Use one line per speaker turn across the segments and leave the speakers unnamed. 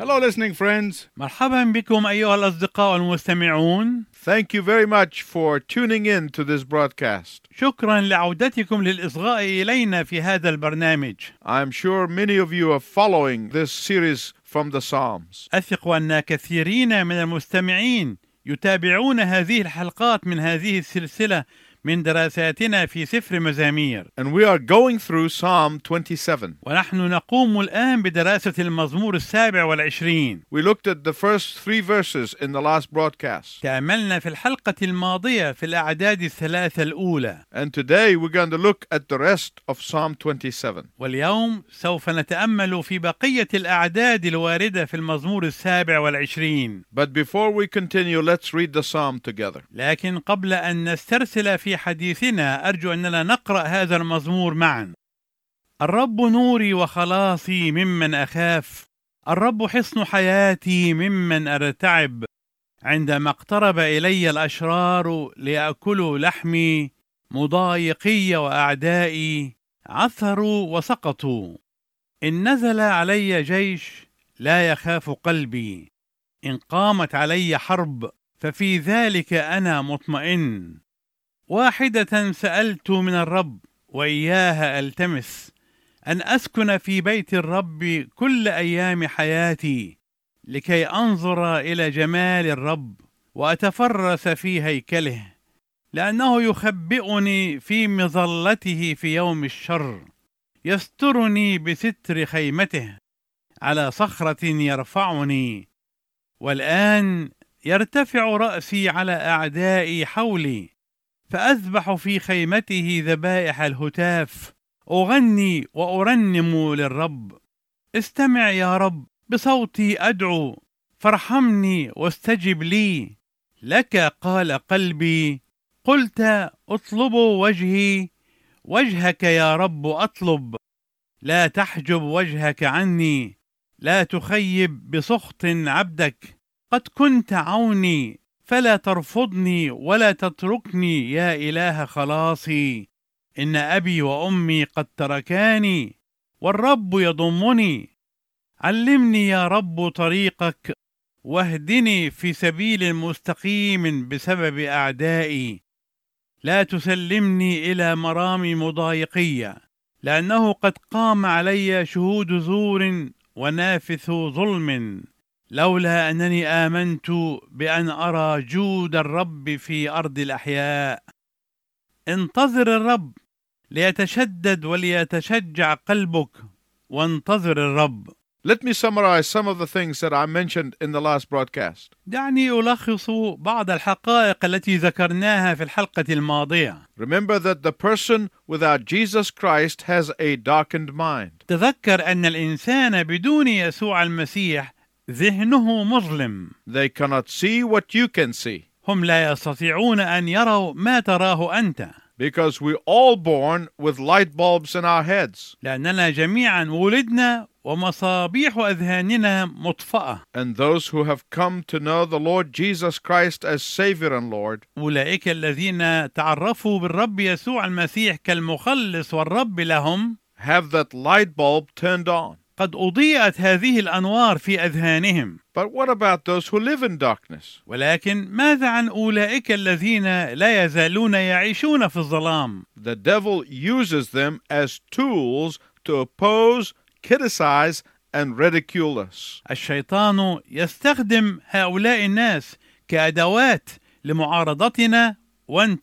Hello, listening friends.
مرحبا بكم أيها الأصدقاء المستمعون
Thank you very much for tuning in to this broadcast.
شكرا لعودتكم للإصغاء إلينا في هذا البرنامج
I'm sure many of you are following this series from the Psalms.
أثق أن كثيرين من المستمعين يتابعون هذه الحلقات من هذه السلسلة من دراساتنا في سفر مزامير
And we are going through Psalm 27.
ونحن نقوم الآن بدراسة المزمور السابع والعشرين
We looked at the first three verses in the last broadcast.
تأملنا في الحلقة الماضية في الأعداد الثلاثة الأولى
And today we're going to look at the rest of Psalm 27.
واليوم سوف نتأمل في بقية الأعداد الواردة في المزمور السابع والعشرين
But before we continue, let's read the Psalm together.
لكن قبل أن نسترسل في حديثنا أرجو أننا نقرأ هذا المزمور معا الرب نوري وخلاصي ممن أخاف الرب حصن حياتي ممن أرتعب عندما اقترب إلي الأشرار ليأكلوا لحمي مضايقي وأعدائي عثروا وسقطوا إن نزل علي جيش لا يخاف قلبي إن قامت علي حرب ففي ذلك انا مطمئن واحده سالت من الرب واياها التمس ان اسكن في بيت الرب كل ايام حياتي لكي انظر الى جمال الرب واتفرس في هيكله لانه يخبئني في مظلته في يوم الشر يسترني بستر خيمته على صخره يرفعني والان يرتفع راسي على اعدائي حولي فاذبح في خيمته ذبائح الهتاف اغني وارنم للرب استمع يا رب بصوتي ادعو فارحمني واستجب لي لك قال قلبي قلت اطلب وجهي وجهك يا رب اطلب لا تحجب وجهك عني لا تخيب بسخط عبدك قد كنت عوني فلا ترفضني ولا تتركني يا اله خلاصي ان ابي وامي قد تركاني والرب يضمني علمني يا رب طريقك واهدني في سبيل مستقيم بسبب اعدائي لا تسلمني الى مرام مضايقيه لانه قد قام علي شهود زور ونافث ظلم لولا انني امنت بان ارى جود الرب في ارض الاحياء انتظر الرب ليتشدد وليتشجع قلبك وانتظر الرب
Let me summarize some of the things that I mentioned in the last broadcast.
دعني الخص بعض الحقائق التي ذكرناها في الحلقه الماضيه
Remember that the person without Jesus Christ has a darkened mind.
تذكر ان الانسان بدون يسوع المسيح ذهنه مظلم
They cannot see what you can see
هم لا يستطيعون ان يروا ما تراه انت
because we're all born with light bulbs in our heads
لأننا جميعا ولدنا ومصابيح أذهاننا مطفأة
and those who have come to know the Lord Jesus Christ as Savior and Lord
أولئك الذين تعرفوا بالرب يسوع المسيح كالمخلص والرب لهم
have that light bulb turned on.
قد أضيئت هذه الأنوار في أذهانهم
But what about those who live in darkness?
ولكن ماذا عن أولئك الذين لا يزالون يعيشون في الظلام
The devil uses them as tools to oppose, criticize, and ridicule us.
الشيطان يستخدم هؤلاء الناس كأدوات لمعارضتنا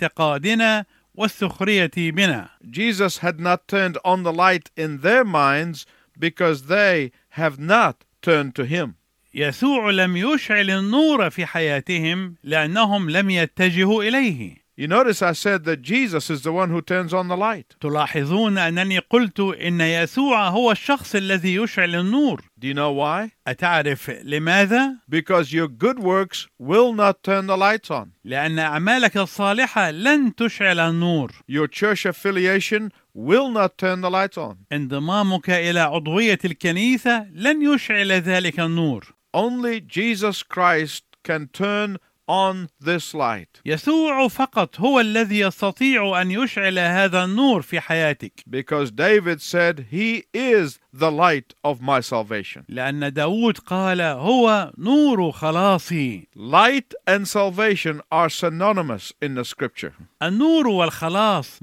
وانتقادنا والسخرية بنا
Jesus had not turned on the light in their minds because they have not turned to him.
يسوع لم يشعل النور في حياتهم لأنهم لم يتجهوا إليه.
You notice I said that Jesus is the one who turns on the light.
تلاحظون أنني قلت إن يسوع هو الشخص الذي يشعل النور.
Do you know why?
أتعرف لماذا؟
Because your good works will not turn the lights on.
لأن أعمالك الصالحة لن تشعل النور.
Your church affiliation will not turn the lights on.
انضمامك إلى عضوية الكنيسة لن يشعل ذلك النور.
Only Jesus Christ can turn on this light
يسوع فقط هو الذي يستطيع ان يشعل هذا النور في حياتك
because David said, He is the light of my salvation.
لان داود قال هو نور خلاصي
Light and salvation are synonymous in the scripture.
النور والخلاص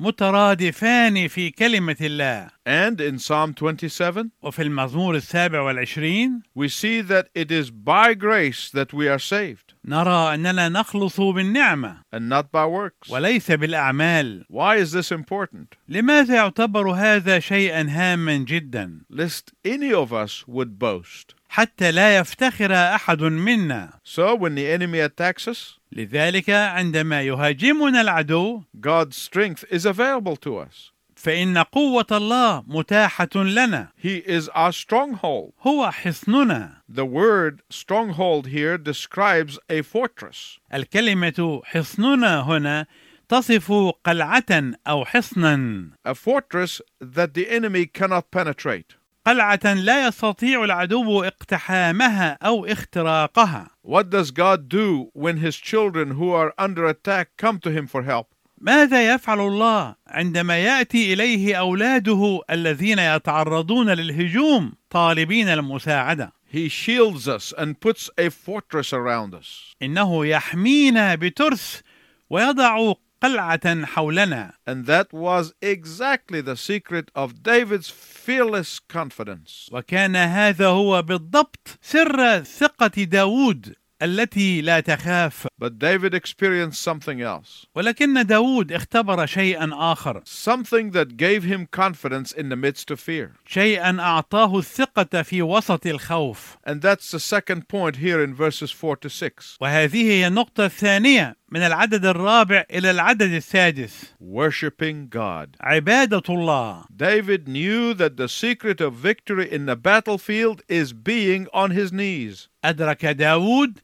مترادفان في كلمه الله
And in Psalm 27,
وفي المزمور السابع والعشرين
we see that it is by grace that we are saved
نرى اننا نخلص بالنعمه
and not by works.
وليس بالاعمال
Why is this important?
لماذا يعتبر هذا شيئا هاما جدا
Lest any of us would boast.
حتى لا يفتخر احد منا
So when the enemy attacks us,
لذلك عندما يهاجمنا العدو
God's strength is available to us.
فان قوه الله متاحه لنا
He is our stronghold.
هو حصننا
The word stronghold here describes a fortress.
الكلمه حصننا هنا تصف قلعه او حصنا
a fortress that the enemy cannot penetrate.
قلعه لا يستطيع العدو اقتحامها او اختراقها
What does God do when his children who are under attack come to him for help?
ماذا يفعل الله عندما ياتي اليه اولاده الذين يتعرضون للهجوم طالبين المساعده
He shields us and puts a fortress around us.
انه يحمينا بترس ويضع قلعه حولنا
And that was exactly the secret of David's fearless confidence.
وكان هذا هو بالضبط سر ثقه داود التي لا تخاف
But David experienced something else,
ولكن داود اختبر شيئا اخر
something that gave him confidence in the midst of fear.
شيئا اعطاه الثقه في وسط الخوف
And that's the second point here in verses 4 to 6.
وهذه هي النقطه الثانيه من العدد الرابع الى العدد السادس
Worshipping God.
عبادة الله
David knew that the secret of victory in the battlefield is being on his knees.
أدرك داود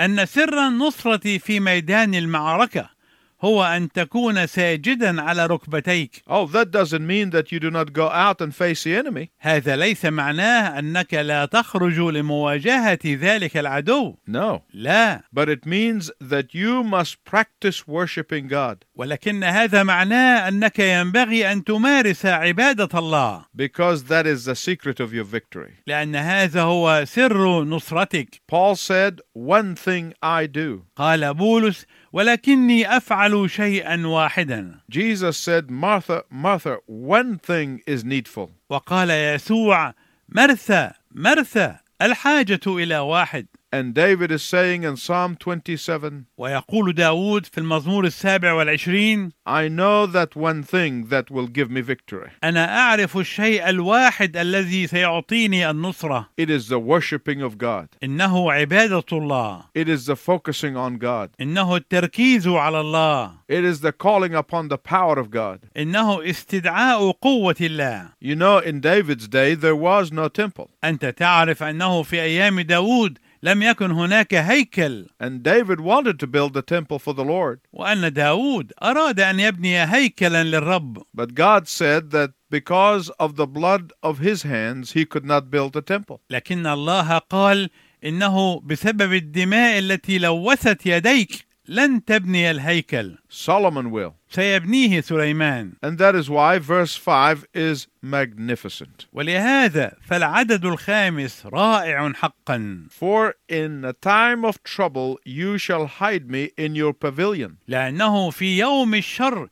أن سر النصرة في ميدان المعركة هو أن تكون ساجدا على ركبتيك
Oh, that doesn't mean that you do not go out and face the enemy.
هذا ليس معناه أنك لا تخرج لمواجهة ذلك العدو
No.
لا
But it means that you must practice worshiping God
ولكن هذا معناه أنك ينبغي أن تمارس عبادة الله
because that is the secret of your victory.
لأن هذا هو سر نصرتك
Paul said, One thing I do.
قال بولس ولكني أفعل شيئا واحدا
Jesus said, Martha, Martha, one thing is needful.
وقال يسوع مرثى مرثى الحاجة إلى واحد
And David is saying in Psalm 27,
ويقول داود في المزمور السابع والعشرين
I know that one thing that will give me victory.
أنا أعرف الشيء الواحد الذي سيعطيني النصرة
It is the worshiping of God.
إنه عبادة الله
It is the focusing on God.
إنه التركيز على الله
It is the calling upon the power of God.
إنه استدعاء قوة الله
You know, in David's day, there was no temple.
أنت تعرف أنه في أيام داود لم يكن هناك هيكل
And David wanted to build a temple for the Lord.
وأن داود أراد أن يبني هيكلا للرب
But God said that because of the blood of his hands, he could not build a temple.
لكن الله قال انه بسبب الدماء التي لوثت يديك لن تبني الهيكل
Solomon will.
سيبنيه سليمان
And that is why verse 5 is magnificent.
ولهذا فالعدد الخامس رائع حقا
For in the time of trouble, you shall hide me in your pavilion.
لانه في يوم الشر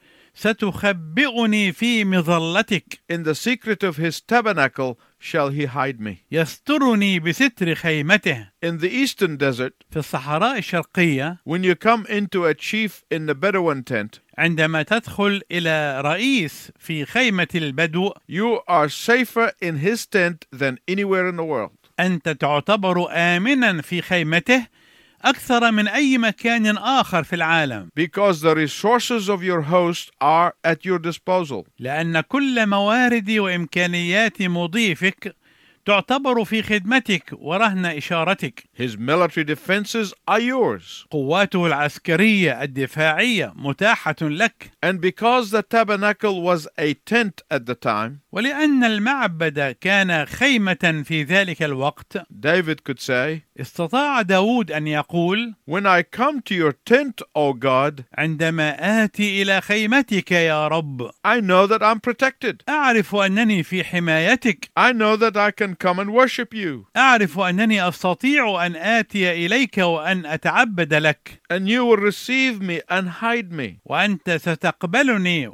ستخبئني في مظلتك
In the secret of his tabernacle shall he hide me.
يسترني بستر خيمته
In the eastern desert,
في الصحراء الشرقيه
When you come into a chief in the Bedouin tent,
عندما تدخل الى رئيس في خيمه البدو
you are safer in his tent than anywhere in the world.
أنت تعتبر آمنا في خيمته أكثر من أي مكان آخر في العالم
Because the resources of your host are at your disposal.
لأن كل موارد وإمكانيات مضيفك تعتبر في خدمتك ورهن إشارتك
His military defenses are yours.
قواته العسكرية الدفاعية متاحة لك
And because the tabernacle was a tent at the time,
ولأن المعبد كان خيمة في ذلك الوقت
David could say,
استطاع داود أن يقول
When I come to your tent, O God,
عندما آتي إلى خيمتك يا رب
I know that I'm protected.
أعرف أنني في حمايتك
I know that I can come and worship you,
أعرف أنني أستطيع أن آتي إليك وأن أتعبد لك
and you will receive me and hide me.
وأنت ستقبلني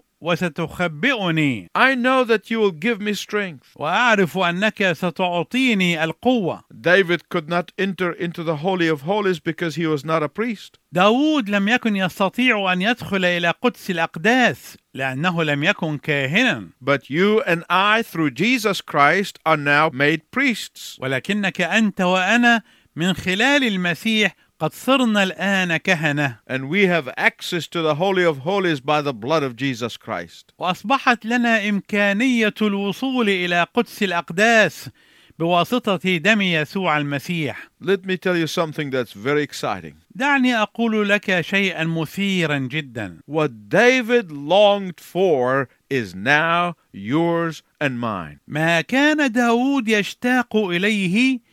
وستخبئني
I know that you will give me strength.
وأعرف أنك ستعطيني القوة
David could not enter into the Holy of Holies because he was not a priest.
داود لم يكن يستطيع أن يدخل إلى قدس الأقداس لأنه لم يكن كاهنا
But you and I, through Jesus Christ, are now made priests.
ولكنك أنت وأنا من خلال المسيح قد صرنا الآن كهنة
and we have access to the Holy of Holies by the blood of Jesus Christ.
وأصبحت لنا إمكانية الوصول إلى قدس الأقداس بواسطة دم يسوع المسيح
Let me tell you something that's very exciting.
دعني أقول لك شيئا مثيرا جدا
What David longed for is now yours and mine.
ما كان داود يشتاق إليه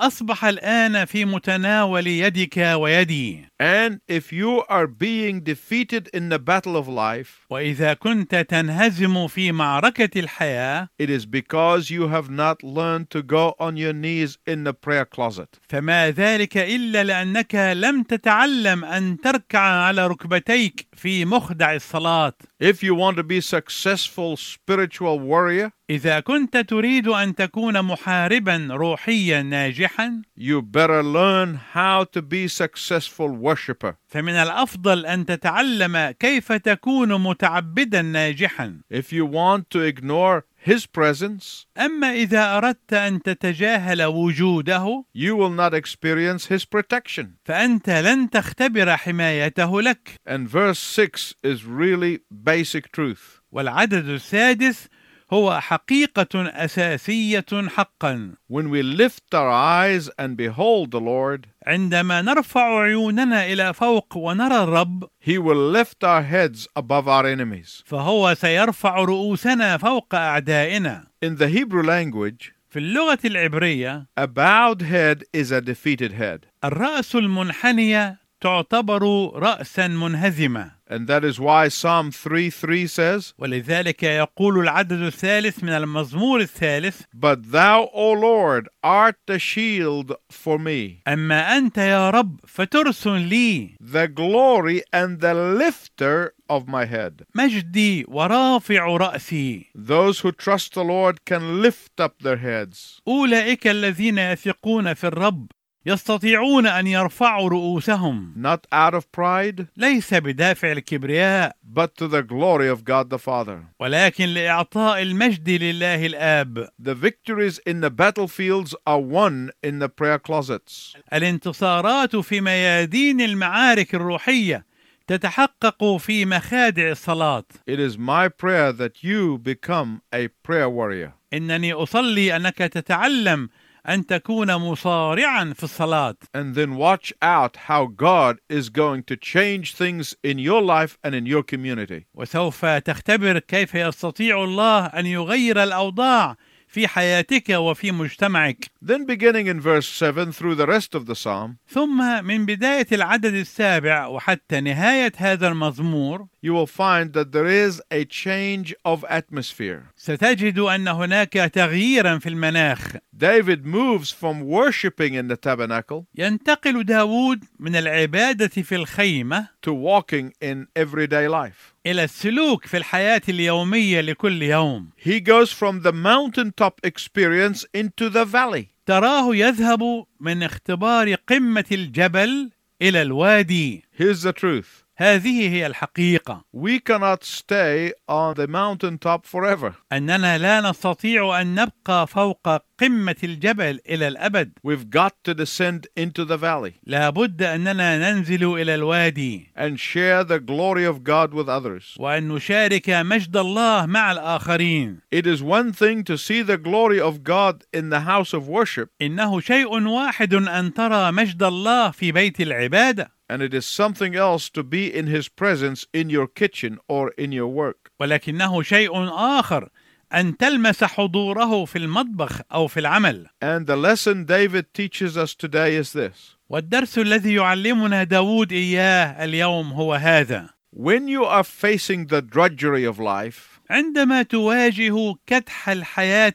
أصبح الآن في متناول يدك ويدي
And if you are being defeated in the battle of life,
وإذا كنت تنهزم في معركة الحياة
it is because you have not learned to go on your knees in the prayer closet.
فما ذلك إلا لأنك لم تتعلم أن تركع على ركبتيك في مخدع الصلاة
If you want to be successful spiritual warrior,
إذا كنت تريد أن تكون محاربا روحيا ناجحا
you better learn how to be successful worshiper.
فمن الأفضل أن تتعلم كيف تكون متعبدا ناجحا
If you want to ignore his presence,
أما إذا أردت أن تتجاهل وجوده
you will not experience his protection.
فأنت لن تختبر حمايته لك
And verse 6 is really basic truth.
والعدد السادس هو حقيقة أساسية حقا
When we lift our eyes and behold the Lord,
عندما نرفع عيوننا إلى فوق ونرى الرب
he will lift our heads above our enemies.
فهو سيرفع رؤوسنا فوق أعدائنا
In the Hebrew language,
في اللغة العبرية
a bowed head is a defeated head.
الرأس المنحنية تعتبر رأسا منهزمة
And that is why Psalm 3 3 says,
ولذلك يقول العدد الثالث من المزمور الثالث
But thou, O Lord, art the shield for me,
أما أنت يا رب فترس لي
the glory and the lifter of my head.
مجدي ورافع رأسي
Those who trust the Lord can lift up their heads.
أولئك الذين يثقون في الرب يستطيعون أن يرفعوا رؤوسهم
not out of pride,
ليس بدافع الكبرياء
but to the glory of God the Father.
ولكن لإعطاء المجد لله الآب
The victories in the battlefields are won in the prayer closets.
الانتصارات في ميادين المعارك الروحية تتحقق في مخادع الصلاة
It is my prayer that you become a prayer warrior.
إنني أصلي أنك تتعلم أن تكون مصارعا في الصلاة
And then watch out how God is going to change things in your life and in your community.
وسوف تختبر كيف يستطيع الله أن يغير الأوضاع في حياتك وفي مجتمعك
Then, beginning in verse 7 through the rest of the psalm,
ثم من بداية العدد السابع وحتى نهاية هذا المزمور
you will find that there is a change of atmosphere.
ستجد أن هناك تغييرا في المناخ
David moves from worshiping in the tabernacle
ينتقل داود من العبادة في الخيمة
to walking in everyday life.
إلى السلوك في الحياة اليومية لكل يوم
He goes from the mountaintop experience into the valley.
تراه يذهب من اختبار قمة الجبل إلى الوادي
Here's the truth
هذه هي الحقيقة
we cannot stay on the mountaintop forever.
أننا لا نستطيع أن نبقى فوق قمة الجبل إلى الأبد
We've got to descend into the valley
لا بد أننا ننزل إلى الوادي
and share the glory of God with others.
وأن نشارك مجد الله مع الآخرين
It is one thing to see the glory of God in the house of worship,
إنه شيء واحد أن ترى مجد الله في بيت العبادة
and it is something else to be in His presence in your kitchen or in your work.
ولكنه شيء آخر أن تلمس حضوره في المطبخ أو في العمل
And the lesson David teaches us today is this
والدرس الذي يعلمنا داود إياه اليوم هو هذا
When you are facing the drudgery of life,
عندما تواجه كدح الحياة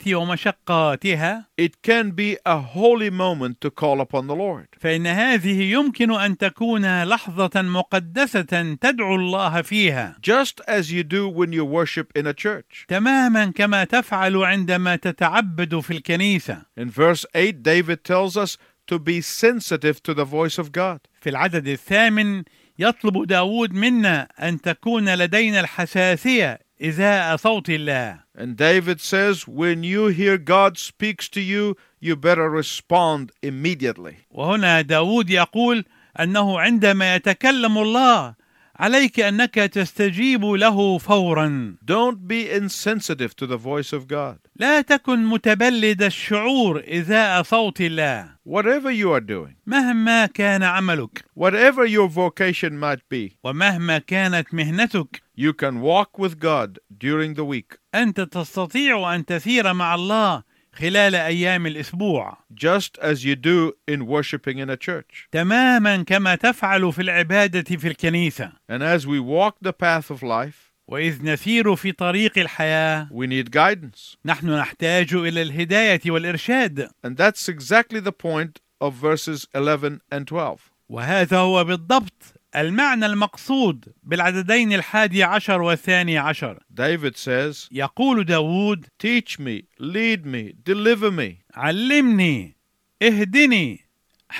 ومشقاتها
it can be a holy moment to call upon the Lord.
فإن هذه يمكن أن تكون لحظة مقدسة تدعو الله فيها
Just as you do when you worship in a church.
تماما كما تفعل عندما تتعبد في الكنيسة
In verse 8, David tells us to be sensitive to the voice of God.
في العدد الثامن يطلب داود منا أن تكون لدينا الحساسية إزاء صوت الله
And David says, when you hear God speaks to you, you better respond immediately.
وهنا داود يقول أنه عندما يتكلم الله عليك أنك تستجيب له فورا
Don't be insensitive to the voice of God.
لا تكن متبلد الشعور إزاء صوت الله
Whatever you are doing,
مهما كان عملك
whatever your vocation might be,
ومهما كانت مهنتك
you can walk with God during the week,
أنت تستطيع أن تسير مع الله خلال أيام الأسبوع
just as you do in worshiping in a church.
تماما كما تفعل في العبادة في الكنيسة
And as we walk the path of life,
وإذ نسير في طريق الحياة
we need guidance.
نحن نحتاج إلى الهداية والإرشاد
And that's exactly the point of verses 11 and 12.
وهذا هو بالضبط المعنى المقصود بالعددين الحادي عشر والثاني عشر
David says,
يقول داود
Teach me, lead me, deliver me.
علمني اهدني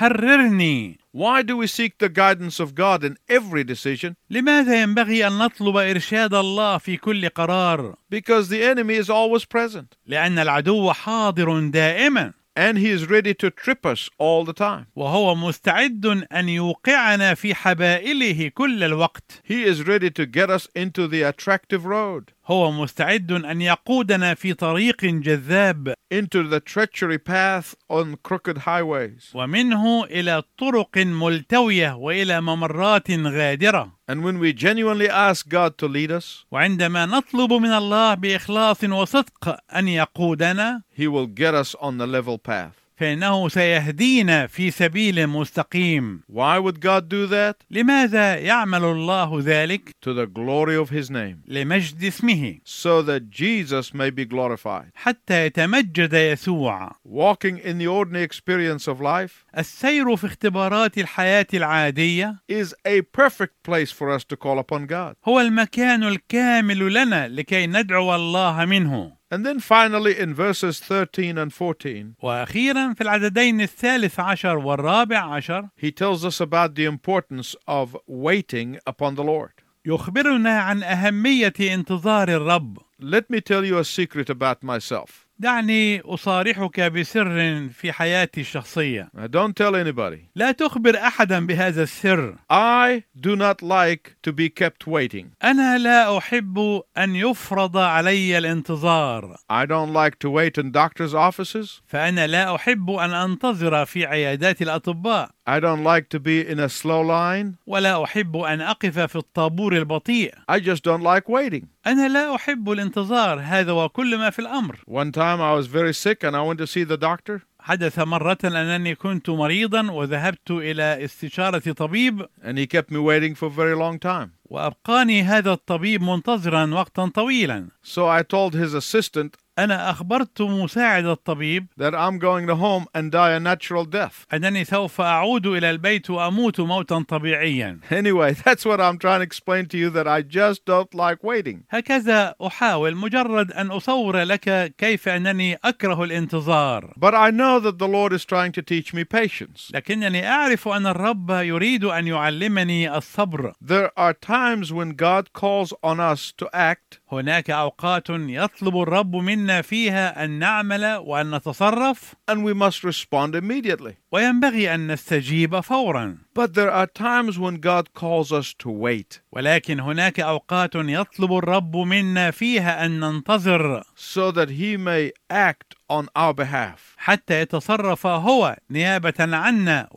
حررني
Why do we seek the guidance of God in every decision?
لماذا ينبغي أن نطلب إرشاد الله في كل قرار
Because the enemy is always present
لأن العدو حاضر دائما
and he is ready to trip us all the time.
وهو مستعد أن يوقعنا في حبائله كل الوقت
He is ready to get us into the attractive road,
هو مستعد أن يقودنا في طريق جذاب
into the treachery path on crooked highways.
ومنه إلى طرق ملتوية وإلى ممرات غادرة
And when we genuinely ask God to lead us,
وعندما نطلب من الله بإخلاص وصدق أن يقودنا
he will get us on the level path.
فإنه سيهدينا في سبيل مستقيم
Why would God do that?
لماذا يعمل الله ذلك؟
To the glory of his name,
لمجد اسمه
so that Jesus may be glorified.
حتى يتمجد يسوع
Walking in the ordinary experience of life
السير في اختبارات الحياة العادية
is a perfect place for us to call upon God.
هو المكان الكامل لنا لكي ندعو الله منه
And then finally, in verses 13 and 14,
وأخيرا في العددين الثالث عشر والرابع عشر
he tells us about the importance of waiting upon the Lord.
يخبرنا عن أهمية انتظار الرب
Let me tell you a secret about myself.
دعني أصارحك بسر في حياتي الشخصية
Now, don't tell anybody.
لا تخبر أحدا بهذا السر
I do not like to be kept waiting.
أنا لا أحب أن يفرض علي الانتظار
I don't like to wait in doctor's offices.
فأنا لا أحب أن أنتظر في عيادات الأطباء
I don't like to be in a slow line.
ولا أحب أن أقف في الطابور البطيء
I just don't like waiting.
أنا لا أحب الانتظار هذا وكل ما في الأمر
One time I was very sick and I went to see the doctor,
حدث مرة أنني كنت مريضا وذهبت إلى استشارة طبيب
and he kept me waiting for a very long time.
وأبقاني هذا الطبيب منتظرا وقتا طويلا
So I told his assistant
أنا أخبرت مساعد الطبيب
that I'm going to home and die a natural death.
أنني سوف أعود إلى البيت وأموت موتا طبيعيا
Anyway, that's what I'm trying to explain to you that I just don't like waiting.
هكذا أحاول مجرد أن أصور لك كيف أنني أكره الانتظار
But I know that the Lord is trying to teach me patience.
لكنني أعرف أن الرب يريد أن يعلمني الصبر
There are times when God calls on us to act,
هناك أوقات يطلب الرب منا فيها أن نعمل وأن نتصرف
and we must respond immediately.
وينبغي أن نستجيب فورا
But there are times when God calls us to wait.
ولكن هناك أوقات يطلب الرب منا فيها أن ننتظر
so that he may act on our behalf.
حتى يتصرف هو نيابة عنا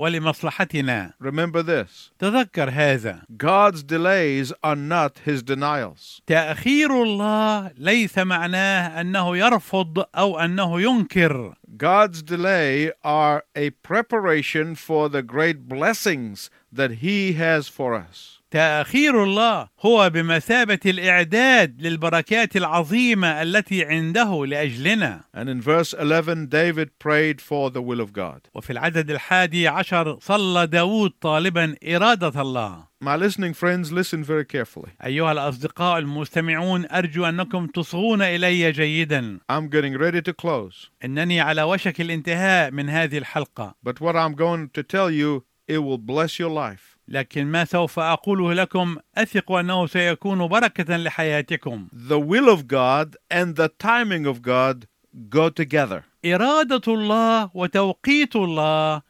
ولمصلحتنا
Remember this
تذكر هذا
God's delays are not his denials.
تأخير الله ليس معناه أنه يرفض أو أنه ينكر
God's delay are a preparation for the great blessings that he has for us.
تأخير الله هو بمثابة الإعداد للبركات العظيمة التي عنده لأجلنا
And in verse 11, David prayed for the will of God.
وفي العدد الحادي عشر صلى داود طالبا إرادة الله
My listening friends, listen very carefully.
أيها الأصدقاء المستمعون أرجو أنكم تصغون إلي جيدا
I'm getting ready to close,
إنني على وشك الانتهاء من هذه الحلقة
but what I'm going to tell you, it will bless your life.
لكن ما سوف أقوله لكم أثق أنه سيكون بركة لحياتكم
The will of God and the timing of God go together.
إرادة الله وتوقيت الله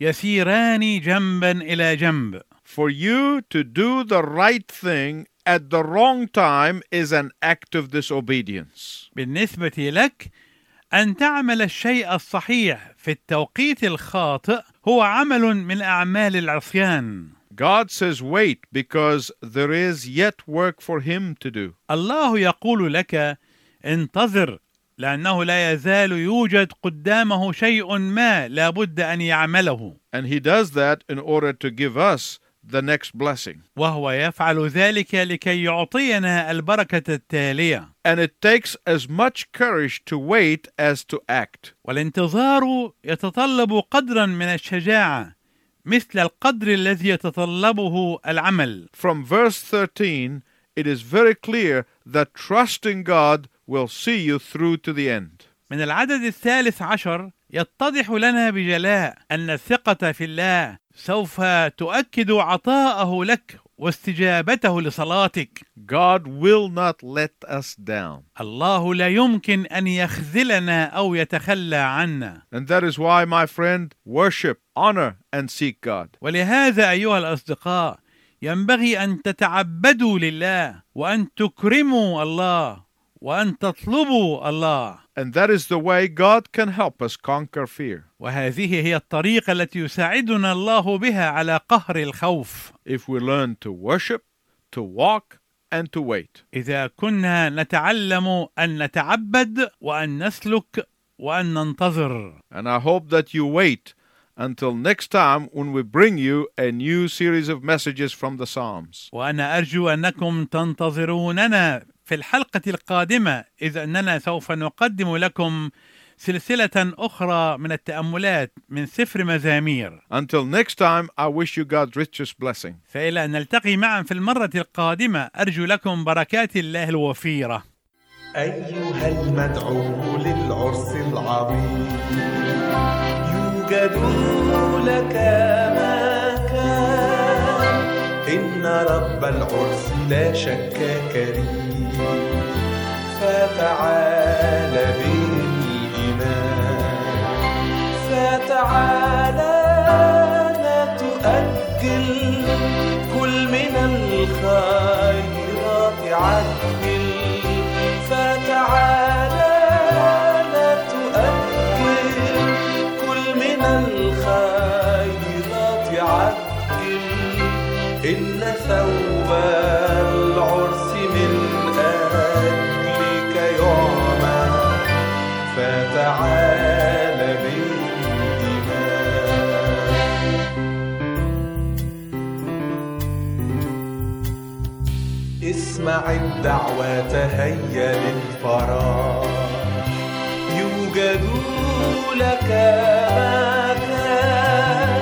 يسيران جنبا إلى جنب
For you to do the right thing at the wrong time is an act of disobedience.
بالنسبة لك أن تعمل الشيء الصحيح في التوقيت الخاطئ هو عمل من أعمال العصيان
God says, wait, because there is yet work for him to do.
الله يقول لك انتظر لأنه لا يزال يوجد قدامه شيء ما لابد أن يعمله
And he does that in order to give us the next blessing.
وهو يفعل ذلك لكي يعطينا البركة التالية
And it takes as much courage to wait as to act.
والانتظار يتطلب قدرا من الشجاعة مثل القدر الذي يتطلبه العمل
From verse 13, it is very clear that trusting God will see you through to the end.
من العدد الثالث عشر يتضح لنا بجلاء أن الثقة في الله سوف تؤكد عطاءه لك واستجابته لصلاتك
God will not let us down.
الله لا يمكن أن يخذلنا أو يتخلى عنا
And that is why, my friend, worship, honor, and seek God.
ولهذا أيها الأصدقاء ينبغي أن تتعبدوا لله وأن تكرموا الله وأن تطلبوا الله
And that is the way God can help us conquer fear.
وهذه هي الطريقة التي يساعدنا الله بها على قهر الخوف
If we learn to worship, to walk, and to wait.
إذا كنا نتعلم أن نتعبد وأن نسلك وأن ننتظر
And I hope that you wait until next time when we bring you a new series of messages from the Psalms.
وأنا أرجو أنكم تنتظروننا في الحلقة القادمة إذ أننا سوف نقدم لكم سلسلة أخرى من التأملات من سفر مزامير
Until next time, I wish you God's richest blessing.
فإلى أن نلتقي معا في المرة القادمة أرجو لكم بركات الله الوفيرة
أيها المدعو للعرس العظيم يوجد لك ما كان إن رب العرس لا شك كريم فتعال بالإيمان فتعالى لا تؤجل كل من الخيرات عجل فتعالى لا تؤجل كل من الخيرات عجل إن ثوب العرس من أجلك يعمل فتعال بالإيمان اسمع الدعوة تهيا للفرح يوجد لك مكان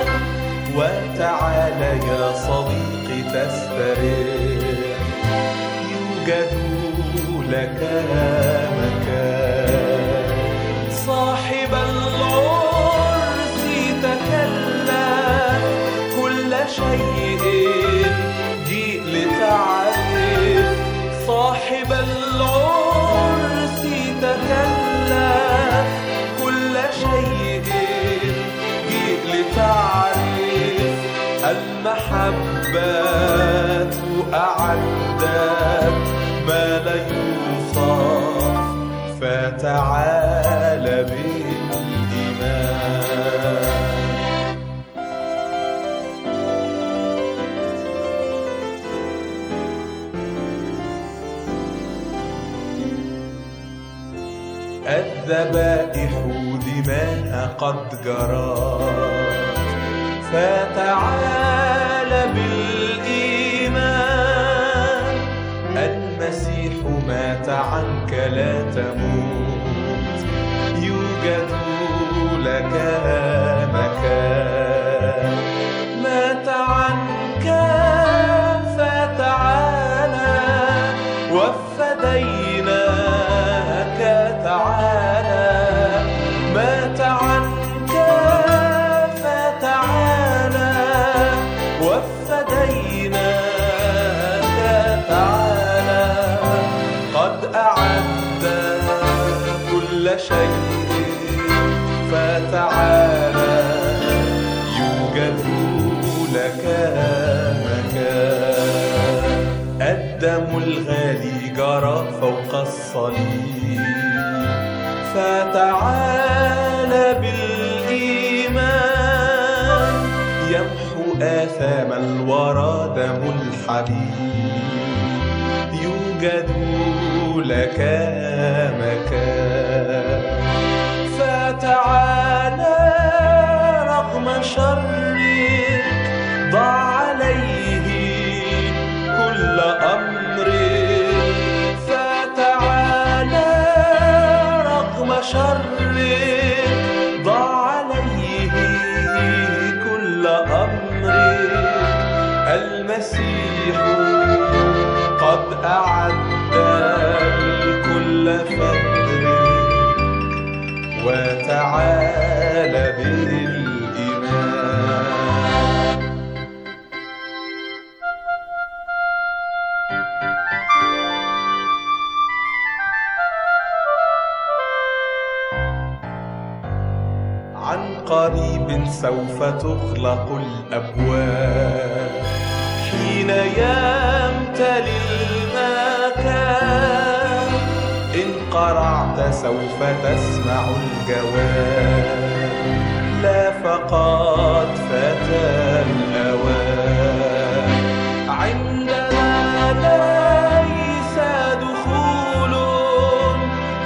وتعال يا صديقي تستريح يوجد لك مكان صاحب العرس تكلم كل شيء جيء لتعرف صاحب العرس تكلم كل شيء جيء لتعرف المحبة أعدت ما لا يوصف فتعال بالدماء الذبائح دماء قد جرت فتعالى بالإيمان المسيح مات عنك لا تموت يوجد لك مكان مات عنك فتعالى وفديناك تعالى مات عنك فتعالى وفديناك تعالى قد أعد كل شيء فتعالى يوجد لك مكان الدم الغالي جرى فوق الصليب فتعالى بالإيمان يمحو آثام الورى دم الحبيب يوجد لك مكان فتعالى رغم شرك ضع عليه كل أمر فتعالى رغم شرك ضع عليه كل أمر المسيح قد أعد كل فضل وتعالى بالإيمان عن قريب سوف تغلق الأبواب حين يمتلي المكان إن قرعت سوف تسمع الجواب لا فقد فتى الأوان عندنا ليس دخول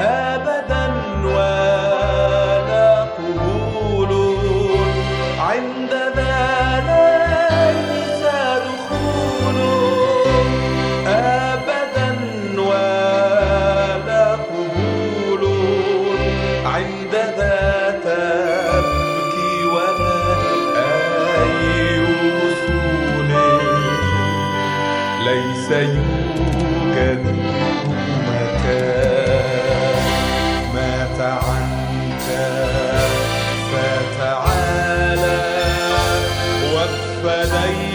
أبدا ولا قبول عندنا ليس دخول أبدا ولا قبول عند ذا تبكي ولا أي وصول ليس يوجد مكان مات عنك فتعالى وفديك